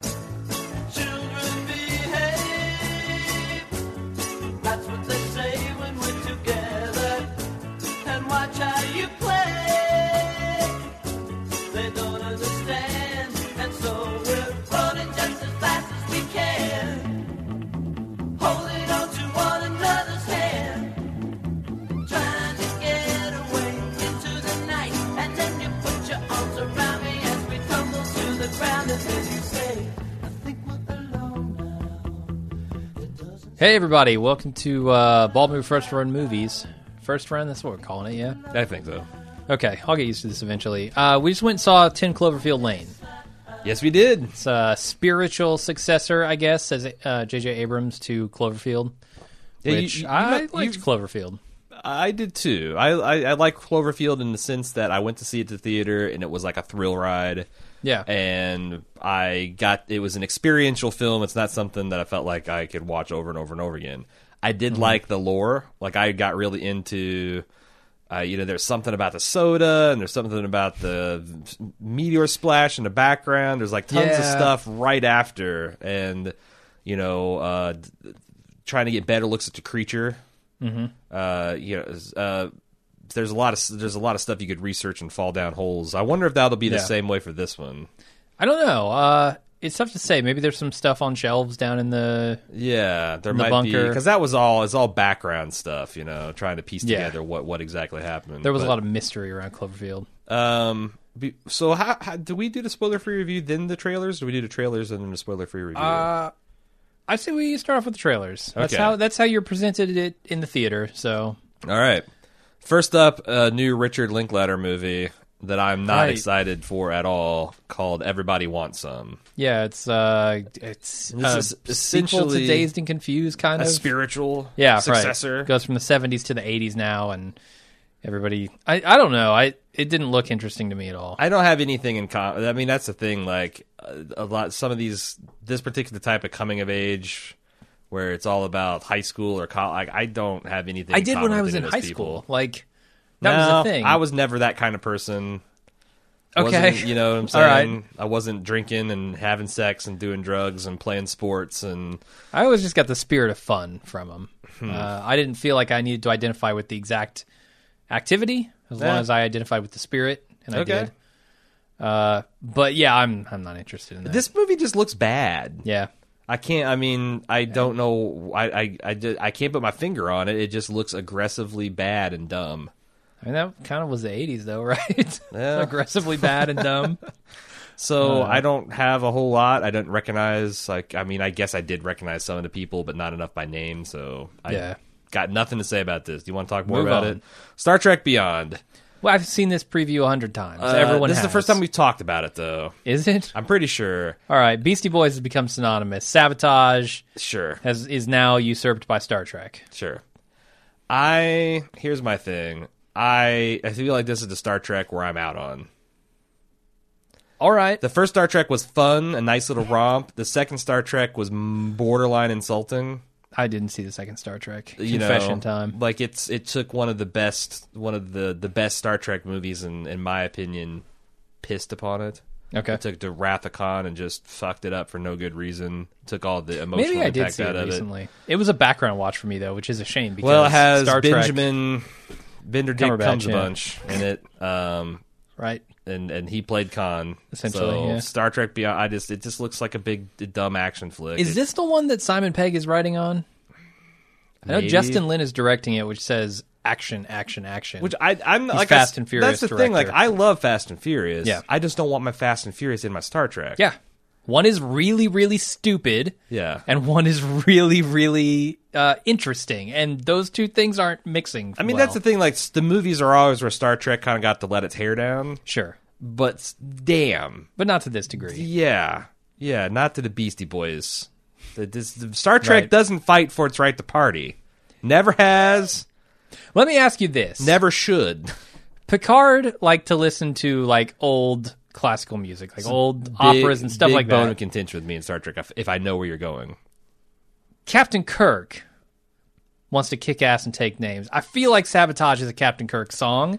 Children behave. That's what they say when we're together. And watch how you play. They don't understand, and so we're running just as fast as we can. Holding on to one another's hand. Trying to get away into the night. And then you put your arms around me as we tumble to the ground. And then you say, I think we're alone now. It doesn't Hey everybody, welcome to uh, Bald Move First Run Movies. First Run, that's what we're calling it, yeah? I think so. Okay, I'll get used to this eventually. Uh, we just went and saw 10 Cloverfield Lane. Yes, we did. It's a spiritual successor, I guess, as uh, J.J. Abrams to Cloverfield, Yeah, you- which you- you I might- liked you- Cloverfield. I did too. I, I I like Cloverfield in the sense that I went to see it at the theater and it was like a thrill ride. Yeah. And I got it was an experiential film. It's not something that I felt like I could watch over and over and over again. I did Mm-hmm. like the lore. Like I got really into uh, you know, there's something about the soda, and there's something about the meteor splash in the background. There's like tons of Yeah. stuff right after, and you know, uh, d- trying to get better looks at the creature. Mm-hmm. Uh, you know, s- uh, there's a lot of s- there's a lot of stuff you could research and fall down holes. I wonder if that'll be the Yeah. same way for this one. I don't know. Uh, it's tough to say. Maybe there's some stuff on shelves down in the. Yeah, there The might be bunker. because that was all it's all background stuff. You know, trying to piece Yeah. together what what exactly happened. There was But, a lot of mystery around Cloverfield. Um, be- so how, how do we do the spoiler free review then the trailers? Do we do the trailers and then the spoiler free review? Uh, I say we start off with the trailers. That's Okay. how that's how you're presented it in the theater. So All right. First up, a new Richard Linklater movie that I'm not Right. excited for at all, called Everybody Wants Some. Yeah, it's uh, it's This uh, is sequel to essentially Dazed and Confused, kind A of. spiritual yeah, right. successor. goes from the seventies to the eighties now, and everybody. I, I don't know. I it didn't look interesting to me at all. I don't have anything in common. I mean, that's the thing. Like a a lot, some of these, this particular type of coming of age, where it's all about high school or college. I, I don't have anything. I did common when I with was any in of high those school. people. Like that was No, the thing. I was never that kind of person. Okay. Wasn't- you know what I'm All right. saying? I wasn't drinking and having sex and doing drugs and playing sports and I always just got the spirit of fun from them. Uh, I didn't feel like I needed to identify with the exact activity as long Yeah. as I identified with the spirit, and I Okay. did. Uh, but yeah, I'm I'm not interested in that. this movie just looks bad. yeah. I can't. I mean, I don't know. I I I, ju- I can't put my finger on it. It just looks aggressively bad and dumb. I mean, that kind of was the 80s, though, right? Yeah. Aggressively bad and dumb. So Uh-huh. I don't have a whole lot. I don't recognize. Like, I mean, I guess I did recognize some of the people, but not enough by name. So I Yeah. got nothing to say about this. Do you want to talk more Move about on. it? Star Trek Beyond. well, I've seen this preview a hundred times. Uh, Everyone This has. is the first time we've talked about it, though. Is it? I'm pretty sure. All right. Beastie Boys has become synonymous. Sabotage Sure. has is now usurped by Star Trek. Sure. I here's my thing. I I feel like this is the Star Trek where I'm out on. All right. The first Star Trek was fun, a nice little romp. The second Star Trek was m- borderline insulting. I didn't see the second Star Trek. You Confession know, time. Like it's it took one of the best one of the the best Star Trek movies in in my opinion pissed upon it. Okay. It took to Wrath of Khan and just fucked it up for no good reason. Took all the emotional Maybe I did impact see out it of it. recently. It. was a background watch for me, though, which is a shame because Well, it has Star Trek, Benjamin Bender Dick Cumberbatch, comes a yeah. bunch in it. Um right? and and he played Khan. Essentially, so yeah. Star Trek Beyond. I just it just looks like a big d- dumb action flick. Is It- this the one that Simon Pegg is writing on? I know Maybe. Justin Lin is directing it, which says action, action, action. Which I I'm He's like Fast I s- and Furious That's the thing. Like director. I love Fast and Furious. Yeah. I just don't want my Fast and Furious in my Star Trek. Yeah. One is really, really stupid. Yeah. And one is really, really uh, interesting. And those two things aren't mixing. I mean that's the thing. Like s- the movies are always where Star Trek kind of got to let its hair down. Sure. But s- damn, But not to this degree. yeah, yeah, not to the Beastie Boys The, this, the Star Trek Right. doesn't fight for its right to party. Never has. Let me ask you this. Never should. Picard liked to listen to like old classical music, like old operas Big- and stuff big like bone that. of contention with me in Star Trek if- if I know where you're going. Captain Kirk wants to kick ass and take names. I feel like Sabotage is a Captain Kirk song,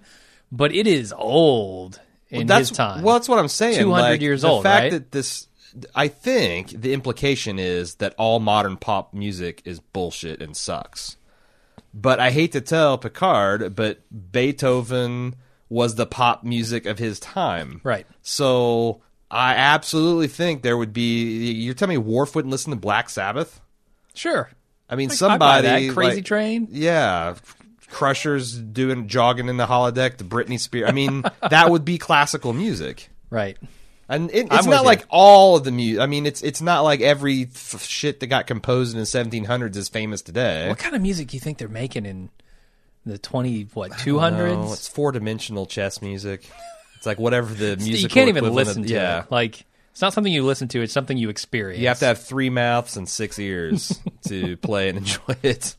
but it is old in that's, his time. Well, that's what I'm saying. 200 like, years the old, fact right? that this, I think the implication is that all modern pop music is bullshit and sucks. But I hate to tell Picard, but Beethoven was the pop music of his time. Right. So I absolutely think there would be. You're telling me Worf wouldn't listen to Black Sabbath? sure. I mean, I buy somebody that. Crazy like- Train. yeah, Crushers doing jogging in the holodeck to Britney Spears. I mean, that would be classical music. Right. And it, I'm it's not with like you. all of the music. I mean, it's it's not like every f- shit that got composed in the 1700s is famous today. What kind of music do you think they're making in the 20 what, No, 200s? it's four dimensional chess music. It's like whatever the music. you can't even listen to it. Like it's not something you listen to, it's something you experience. You have to have three mouths and six ears to play and enjoy it.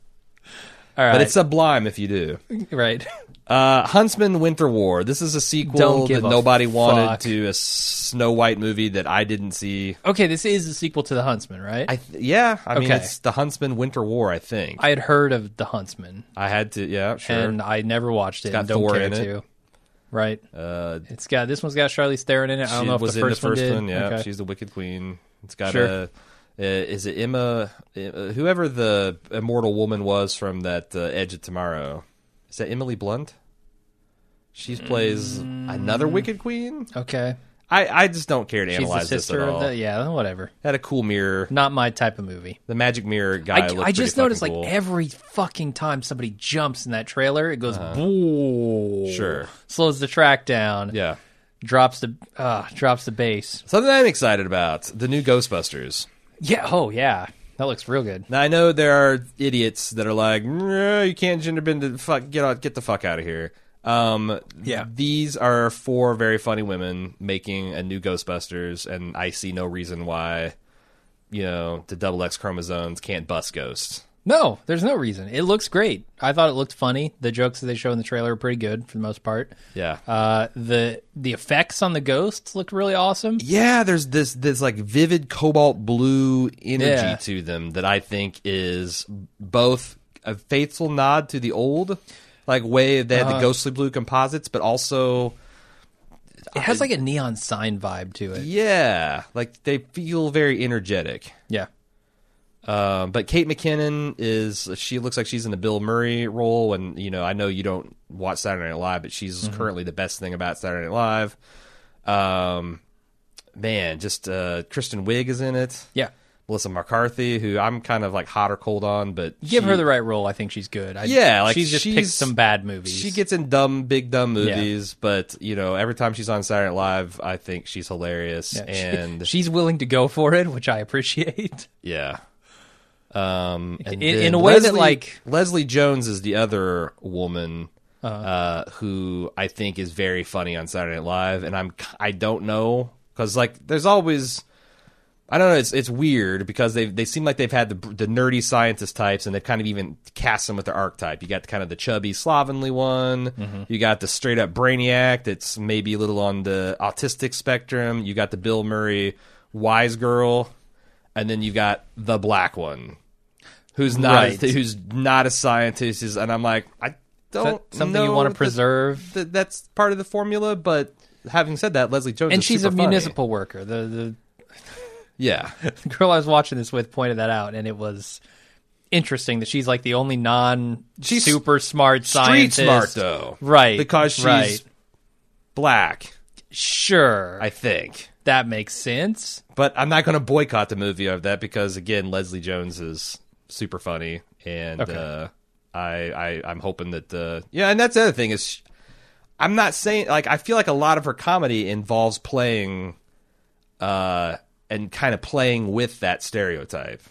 All right. But it's sublime if you do. right. Uh, Huntsman Winter War. This is a sequel Don't give that a nobody wanted fuck. to a Snow White movie that I didn't see. Okay, this is the sequel to The Huntsman, right? I th- yeah, I mean Okay. it's the Huntsman Winter War. I think I, I had heard of The Huntsman, had to. Yeah, sure. and I never watched it. got and don't Thor care in it. to. Right. uh, It's got this one's got Charlize Theron in it. I don't she know if was the in first the first one, one. did. yeah, Okay. she's the Wicked Queen. It's got Sure. a. Uh, is it Emma? Uh, whoever the immortal woman was from that uh, Edge of Tomorrow, is that Emily Blunt? She plays another Wicked Queen. okay. I, I just don't care to Mm. She's the analyze sister this at of all. the yeah, whatever. Had a cool mirror. Not my type of movie. The magic mirror guy. I, looked I pretty just noticed fucking like cool. every fucking time somebody jumps in that trailer, it goes boo. Uh-huh. Sure. Slows the track down. yeah. Drops the uh, drops the bass. Something I'm excited about: the new Ghostbusters. Yeah. Oh yeah. That looks real good. Now I know there are idiots that are like, "Nah, you can't gender bend the fuck. Get out, get the fuck out of here. Um, Yeah. These are four very funny women making a new Ghostbusters, and I see no reason why, you know, the double X chromosomes can't bust ghosts. No, there's no reason. It looks great. I thought it looked funny. The jokes that they show in the trailer are pretty good for the most part. Yeah. Uh, the the effects on the ghosts looked really awesome. yeah, there's this this like vivid cobalt blue energy Yeah. to them that I think is both a faithful nod to the old like way they had Uh-huh. the ghostly blue composites, but also It has like a neon sign vibe to it. yeah, like they feel very energetic. Yeah. Um, but Kate McKinnon is she looks like she's in the Bill Murray role, and you know I know you don't watch Saturday Night Live, but she's Mm-hmm. currently the best thing about Saturday Night Live. Um, man, just uh, Kristen Wiig is in it. Yeah. Melissa McCarthy, who I'm kind of like hot or cold on, but Give she- her the right role. I think she's good. I, Yeah, like, she's just picked she's- some bad movies. She gets in dumb, big dumb movies, but you know every time she's on Saturday Night Live, I think she's hilarious Yeah, she- and she's willing to go for it, which I appreciate. Yeah. Um, and In- in then a way that, like- Uh-huh. Leslie Jones is the other woman uh who I think is very funny on Saturday Night Live, and I'm I don't know because like there's always I don't know it's it's weird because they they seem like they've had the the nerdy scientist types and they've kind of even cast them with their archetype. You got kind of the chubby slovenly one, Mm-hmm. you got the straight up brainiac that's maybe a little on the autistic spectrum. You got the Bill Murray wise girl and then you've got the black one who's not Right. a, who's not a scientist is and i'm like i don't something you know wanna that- preserve? that, that's part of the formula but having said that leslie jones And is she's super a funny. municipal worker. The, the yeah the girl I was watching this with pointed that out, and it was interesting that she's like the only non She's super smart street scientist. smart though Right, because she's right. black Sure, i think that makes sense. but i'm not going to boycott the movie of that because again leslie jones is super funny and Okay. uh I, I i'm hoping that uh yeah and that's the other thing is sh- i'm not saying like i feel like a lot of her comedy involves playing uh and kind of playing with that stereotype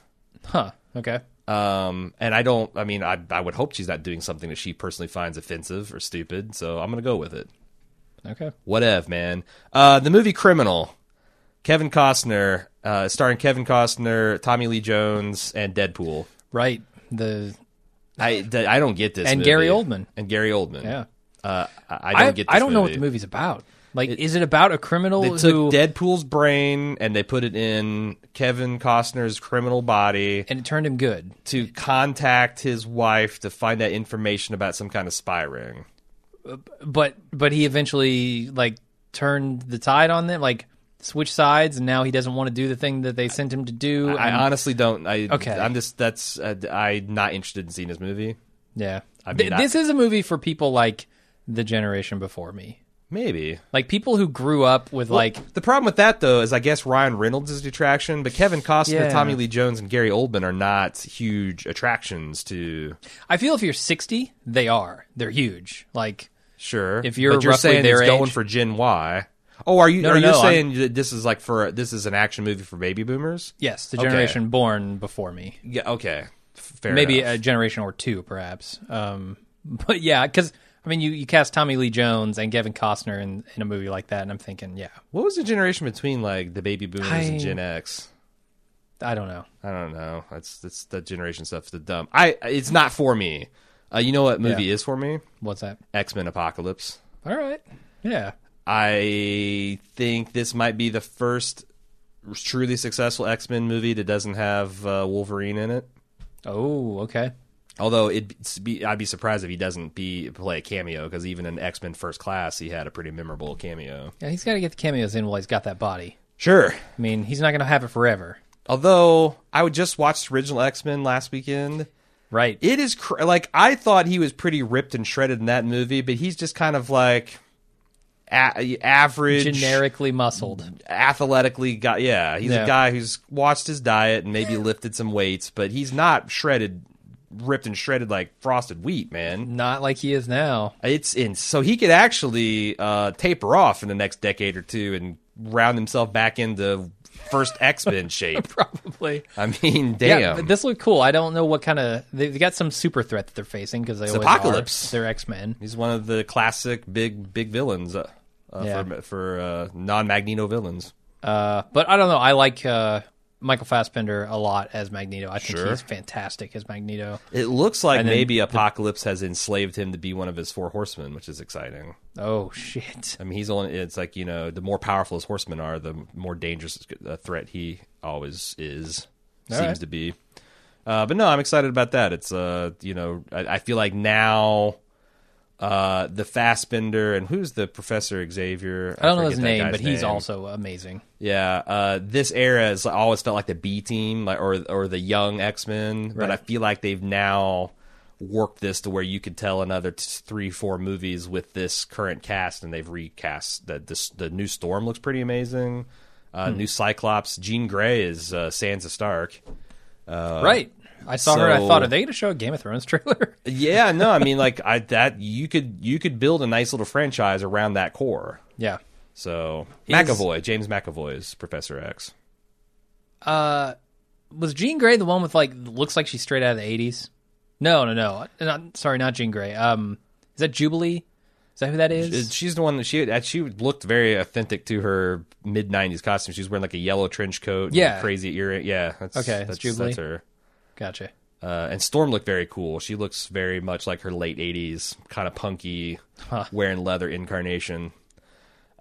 Huh? Okay. um and i don't i mean i i would hope she's not doing something that she personally finds offensive or stupid so i'm gonna go with it Okay. Whatever, man. Uh, the movie Criminal. Kevin Costner uh, starring Kevin Costner, Tommy Lee Jones, and Deadpool. Right. The I th- I don't get this. And movie. Gary Oldman. And Gary Oldman. yeah. Uh, I I I don't I get. don't, This know what the movie's about. Like, is it about a criminal They took who Deadpool's brain and they put it in Kevin Costner's criminal body and it turned him good? to contact his wife to find out information about some kind of spy ring. But but he eventually like turned the tide on them, like switched sides, and now he doesn't want to do the thing that they sent him to do. I and- honestly don't. I, Okay. I'm just that's uh, I'm not interested in seeing this movie. yeah. I Th- mean, I- this is a movie for people like the generation before me, Maybe. like people who grew up with like The problem with that though is I guess Ryan Reynolds is a detraction, but Kevin Costner, Yeah. Tommy Lee Jones, and Gary Oldman are not huge attractions to. I feel if you're 60, they are. They're huge. Like Sure, If you're but you're roughly saying their it's going age- for Gen Y. Oh, are you No, are no, you no, saying that this is like for this is an action movie for baby boomers? yes, the Okay. generation born before me. Yeah. Okay. Fair. Maybe enough. a generation or two perhaps. Um but yeah, cuz I mean you you cast Tommy Lee Jones and Kevin Costner in in a movie like that and I'm thinking, yeah, what was the generation between like the baby boomers and I- Gen X? I don't know. I don't know. That's that's that generation stuff's the dumb. I it's not for me. Uh, you know what movie Yeah. is for me? What's that? X Men Apocalypse. All right. Yeah. I think this might be the first truly successful X Men movie that doesn't have uh, Wolverine in it. Oh, okay. Although it be, I'd be surprised if he doesn't be play a cameo because even in X Men First Class he had a pretty memorable cameo. Yeah, he's got to get the cameos in while he's got that body. Sure. I mean, he's not going to have it forever. Although I would just watch the original X Men last weekend. Right. It is cr- like I thought he was pretty ripped and shredded in that movie, but he's just kind of like a- average, Generically muscled. athletically guy. Yeah, he's a Yeah. guy who's watched his diet and maybe lifted some weights, but he's not shredded, ripped and shredded like frosted wheat, man. Not like he is now. It's in so he could actually uh, taper off in the next decade or two and round himself back into first X Men shape. Probably. I mean, damn. Yeah, but this looked cool. I don't know what kind of they've got some super threat that they're facing because they always are. Apocalypse. They're X Men. He's one of the classic big big villains uh, uh, Yeah. for, for uh, non Magneto villains. Uh, but I don't know. I like uh, Michael Fassbender a lot as Magneto. I think Sure. he's fantastic as Magneto. It looks like And then maybe Apocalypse has enslaved him to be one of his four horsemen, which is exciting. Oh shit! I mean, he's only it's like you know the more powerful his horsemen are, the more dangerous a threat he always is All seems right. to be. Uh, but no, I'm excited about that. It's uh, you know, I, I feel like now. Uh, the Fassbender and who's the Professor Xavier? I don't know forget his that name, guy's but he's name. also amazing. Yeah, uh, this era has always felt like the B team, like or or the young X Men, but Right. I feel like they've now worked this to where you could tell another t- three, four movies with this current cast, and they've recast the this, the new Storm looks pretty amazing. Uh, New Cyclops, Jean Grey is uh, Sansa Stark. right. I saw her. and I thought, Uh, so- are they going to show a Game of Thrones trailer? Yeah, no, I mean like I that you could you could build a nice little franchise around that core. yeah. So Is- McAvoy, James McAvoy is Professor X. Was Jean Grey the one with like looks like she's straight out of the eighties? No, no, no. Not, sorry, not Jean Grey. Um, is that Jubilee? Is that who that is? Is- She's the one that she that she looked very authentic to her mid '90s costume. She's wearing like a yellow trench coat, and Yeah. crazy earring. Yeah, that's, Okay, that's, it's Jubilee. that's her. gotcha. Uh, and Storm looked very cool. She looks very much like her late '80s kind of punky, wearing leather incarnation.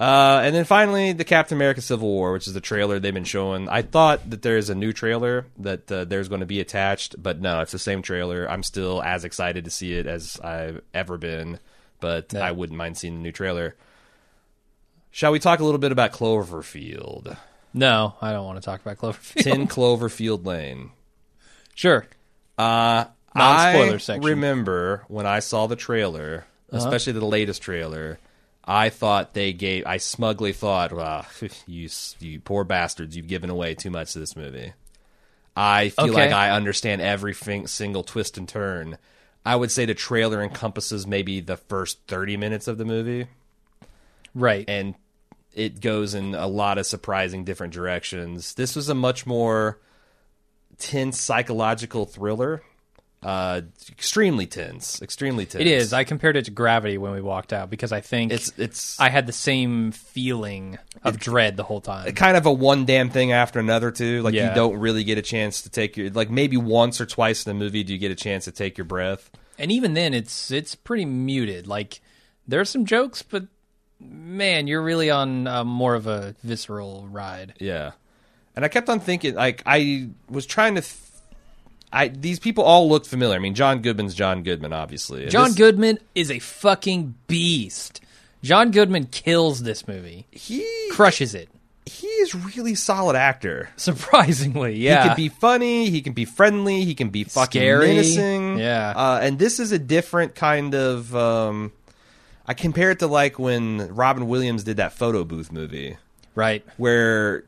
Uh, and then finally, the Captain America Civil War, which is the trailer they've been showing. I thought that there is a new trailer that uh, there's going to be attached, but no, it's the same trailer. I'm still as excited to see it as I've ever been, but I wouldn't mind seeing the new trailer. Shall we talk a little bit about Cloverfield? No, I don't want to talk about Cloverfield. 10 Cloverfield Lane. Sure. I Non-spoiler section. Uh-huh. remember when I saw the trailer, especially the latest trailer. I thought they gave. I smugly thought, "Wow, you s- you poor bastards! You've given away too much to this movie." I feel Okay. like I understand every fin- single twist and turn. I would say the trailer encompasses maybe the first thirty minutes of the movie Right. and it goes in a lot of surprising different directions. This was a much more tense psychological thriller Uh, extremely tense. Extremely tense. It is. I compared it to Gravity when we walked out because I think It's it's I had the same feeling of dread the whole time. kind of a one damn thing after another too. Like Yeah. you don't really get a chance to take your like maybe once or twice in the movie do you get a chance to take your breath. and even then it's it's pretty muted like there's some jokes but man you're really on uh, more of a visceral ride Yeah. And I kept on thinking like I was trying to th- I these people all looked familiar. I mean John Goodman's John Goodman obviously. And john this- goodman is a fucking beast john goodman kills this movie he crushes it he is really solid actor. surprisingly yeah He can be funny. He can be friendly. He can be fucking Scary. menacing. Yeah. Uh, and this is a different kind of. Um, I compare it to like when Robin Williams did that photo booth movie, right where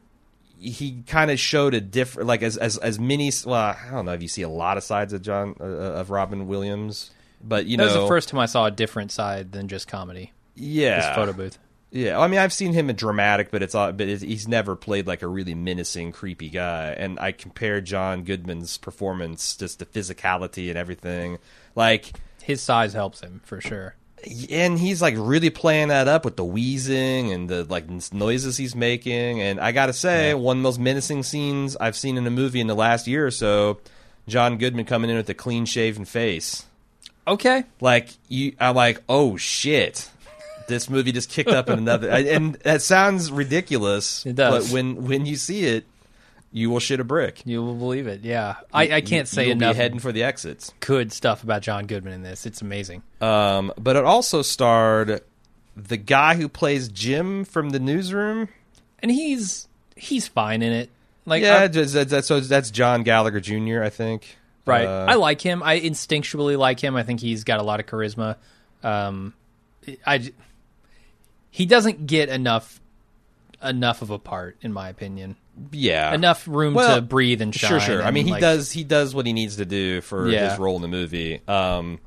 he kind of showed a different, like as as as many. Well, I don't know if you see a lot of sides of John uh, of Robin Williams, but you that know, was the first time i saw a different side than just comedy yeah this photo booth yeah, I mean, I've seen him in dramatic, but it's all- but it's, he's never played like a really menacing, creepy guy. And I compare John Goodman's performance, just the physicality and everything, like, his size helps him for sure and he's like really playing that up with the wheezing and the like n- noises he's making. And I gotta say, one of the most menacing scenes I've seen in a movie in the last year or so, John Goodman coming in with a clean shaven face okay like you i'm like oh shit this movie just kicked up in another and- and that sounds ridiculous It does. but when when you see it you will shit a brick you will believe it yeah i, I can't say You'll enough be heading for the exits good stuff about john goodman in this it's amazing um but it also starred the guy who plays jim from the newsroom and he's he's fine in it. Like yeah I- that's, that's, so that's john gallagher jr i think right. Uh, I like him. I instinctually like him. I think he's got a lot of charisma. Um, I j- he doesn't get enough enough of a part in my opinion. yeah Enough room Uh, Well, to breathe and shine. Sure, sure. I and, mean, he like- does he does what he needs to do for Yeah. his role in the movie. Um,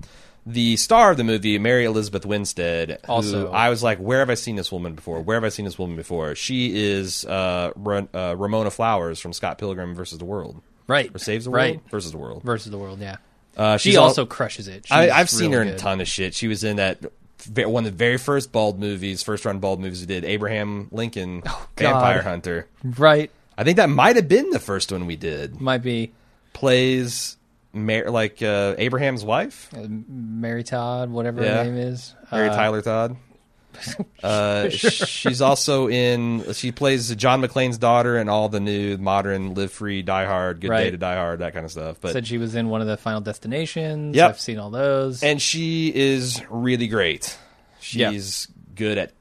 the star of the movie, Mary Elizabeth Winstead. who Also- I was like, where have I seen this woman before? Where have I seen this woman before? She is uh, Ra- uh, Ramona Flowers from Scott Pilgrim versus the World, right or Saves the right World versus the World. versus the world. Yeah, Uh, she she's al- also crushes it. I, She's I've seen really her in a good. ton of shit. She was in that ve- one of the very first bald movies, first run bald movies we did, Abraham Lincoln, Oh, God. Vampire Hunter. Right, I think that might have been the first one we did might be plays Mar- like uh, Abraham's wife, Uh, Mary Todd, whatever Yeah. her name is. Mary Uh, Tyler Todd. Uh, She's also in. She plays John McClane's daughter in all the new modern Live Free, Die Hard, Good Day Right. to Die Hard, that kind of stuff. But said she was in one of the Final Destinations. Yep. I've seen all those. and she is really great. She's good at,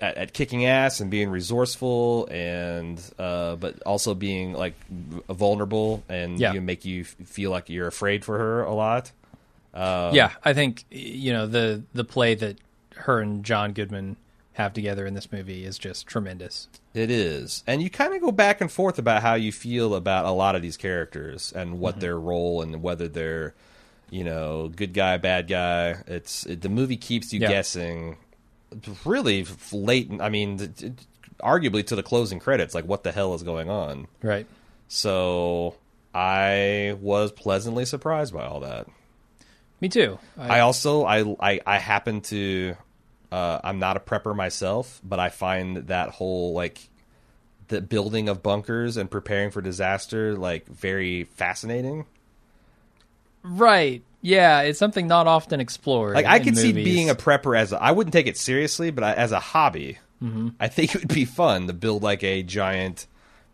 at at kicking ass and being resourceful, and uh, but also being like v- vulnerable and Yeah. you make you f- feel like you're afraid for her a lot. Oh. yeah, I think y- you know the the play that her and John Goodman have together in this movie is just tremendous. It is. And you kind of go back and forth about how you feel about a lot of these characters and what their role and whether they're, you know, good guy, bad guy. It's it, the movie keeps you Yeah. guessing really f- late. I mean, th- th- arguably to the closing credits, like what the hell is going on? Right. So I was pleasantly surprised by all that. Me too. Uh, I, I also I I, I happen to uh, I'm not a prepper myself, but I find that whole like the building of bunkers and preparing for disaster like very fascinating. right. Yeah, it's something not often explored. Like I in could see movies. being a prepper as a, I wouldn't take it seriously, but I, as a hobby, Mm-hmm. I think it would be fun to build like a giant,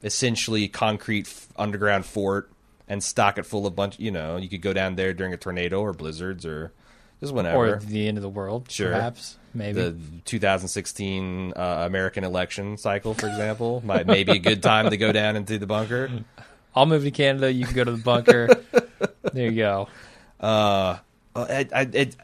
essentially concrete f- underground fort and stock it full of bunch. You know, you could go down there during a tornado or blizzards or just whenever. or the end of the world. Sure. Perhaps. Maybe. the 2016 uh, American election cycle, for example, might maybe a good time to go down into the bunker. I'll move to Canada. You can go to the bunker. there you go. Uh, I, I, it,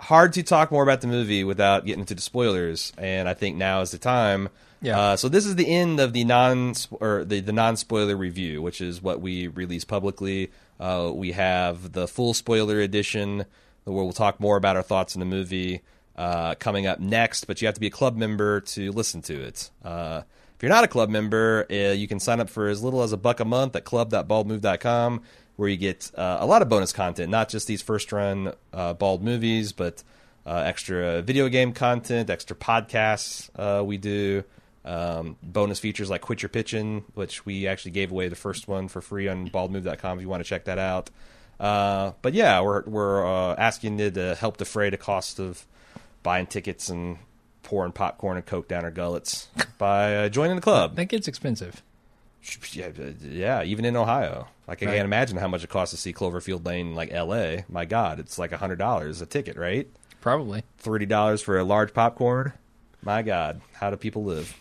hard to talk more about the movie without getting into the spoilers, and I think now is the time. Yeah. Uh, so this is the end of the non or the, the non spoiler review, which is what we release publicly. Uh, we have the full spoiler edition, where we'll talk more about our thoughts on the movie uh, coming up next. But you have to be a club member to listen to it. Uh, if you're not a club member, uh, you can sign up for as little as a buck a month at club.baldmove.com. where you get uh, a lot of bonus content, not just these first run uh, bald movies, but uh, extra video game content, extra podcasts uh, we do, um, bonus features like Quit Your Pitching, which we actually gave away the first one for free on baldmove.com if you want to check that out. Uh, but yeah, we're, we're uh, asking you to help defray the cost of buying tickets and pouring popcorn and Coke down our gullets by uh, joining the club. That gets expensive. Yeah, uh, yeah, even in Ohio. Like I Right. can't imagine how much it costs to see Cloverfield Lane in, like L.A. My God, it's like hundred dollars a ticket, right? Probably. Thirty dollars for a large popcorn. My God, how do people live?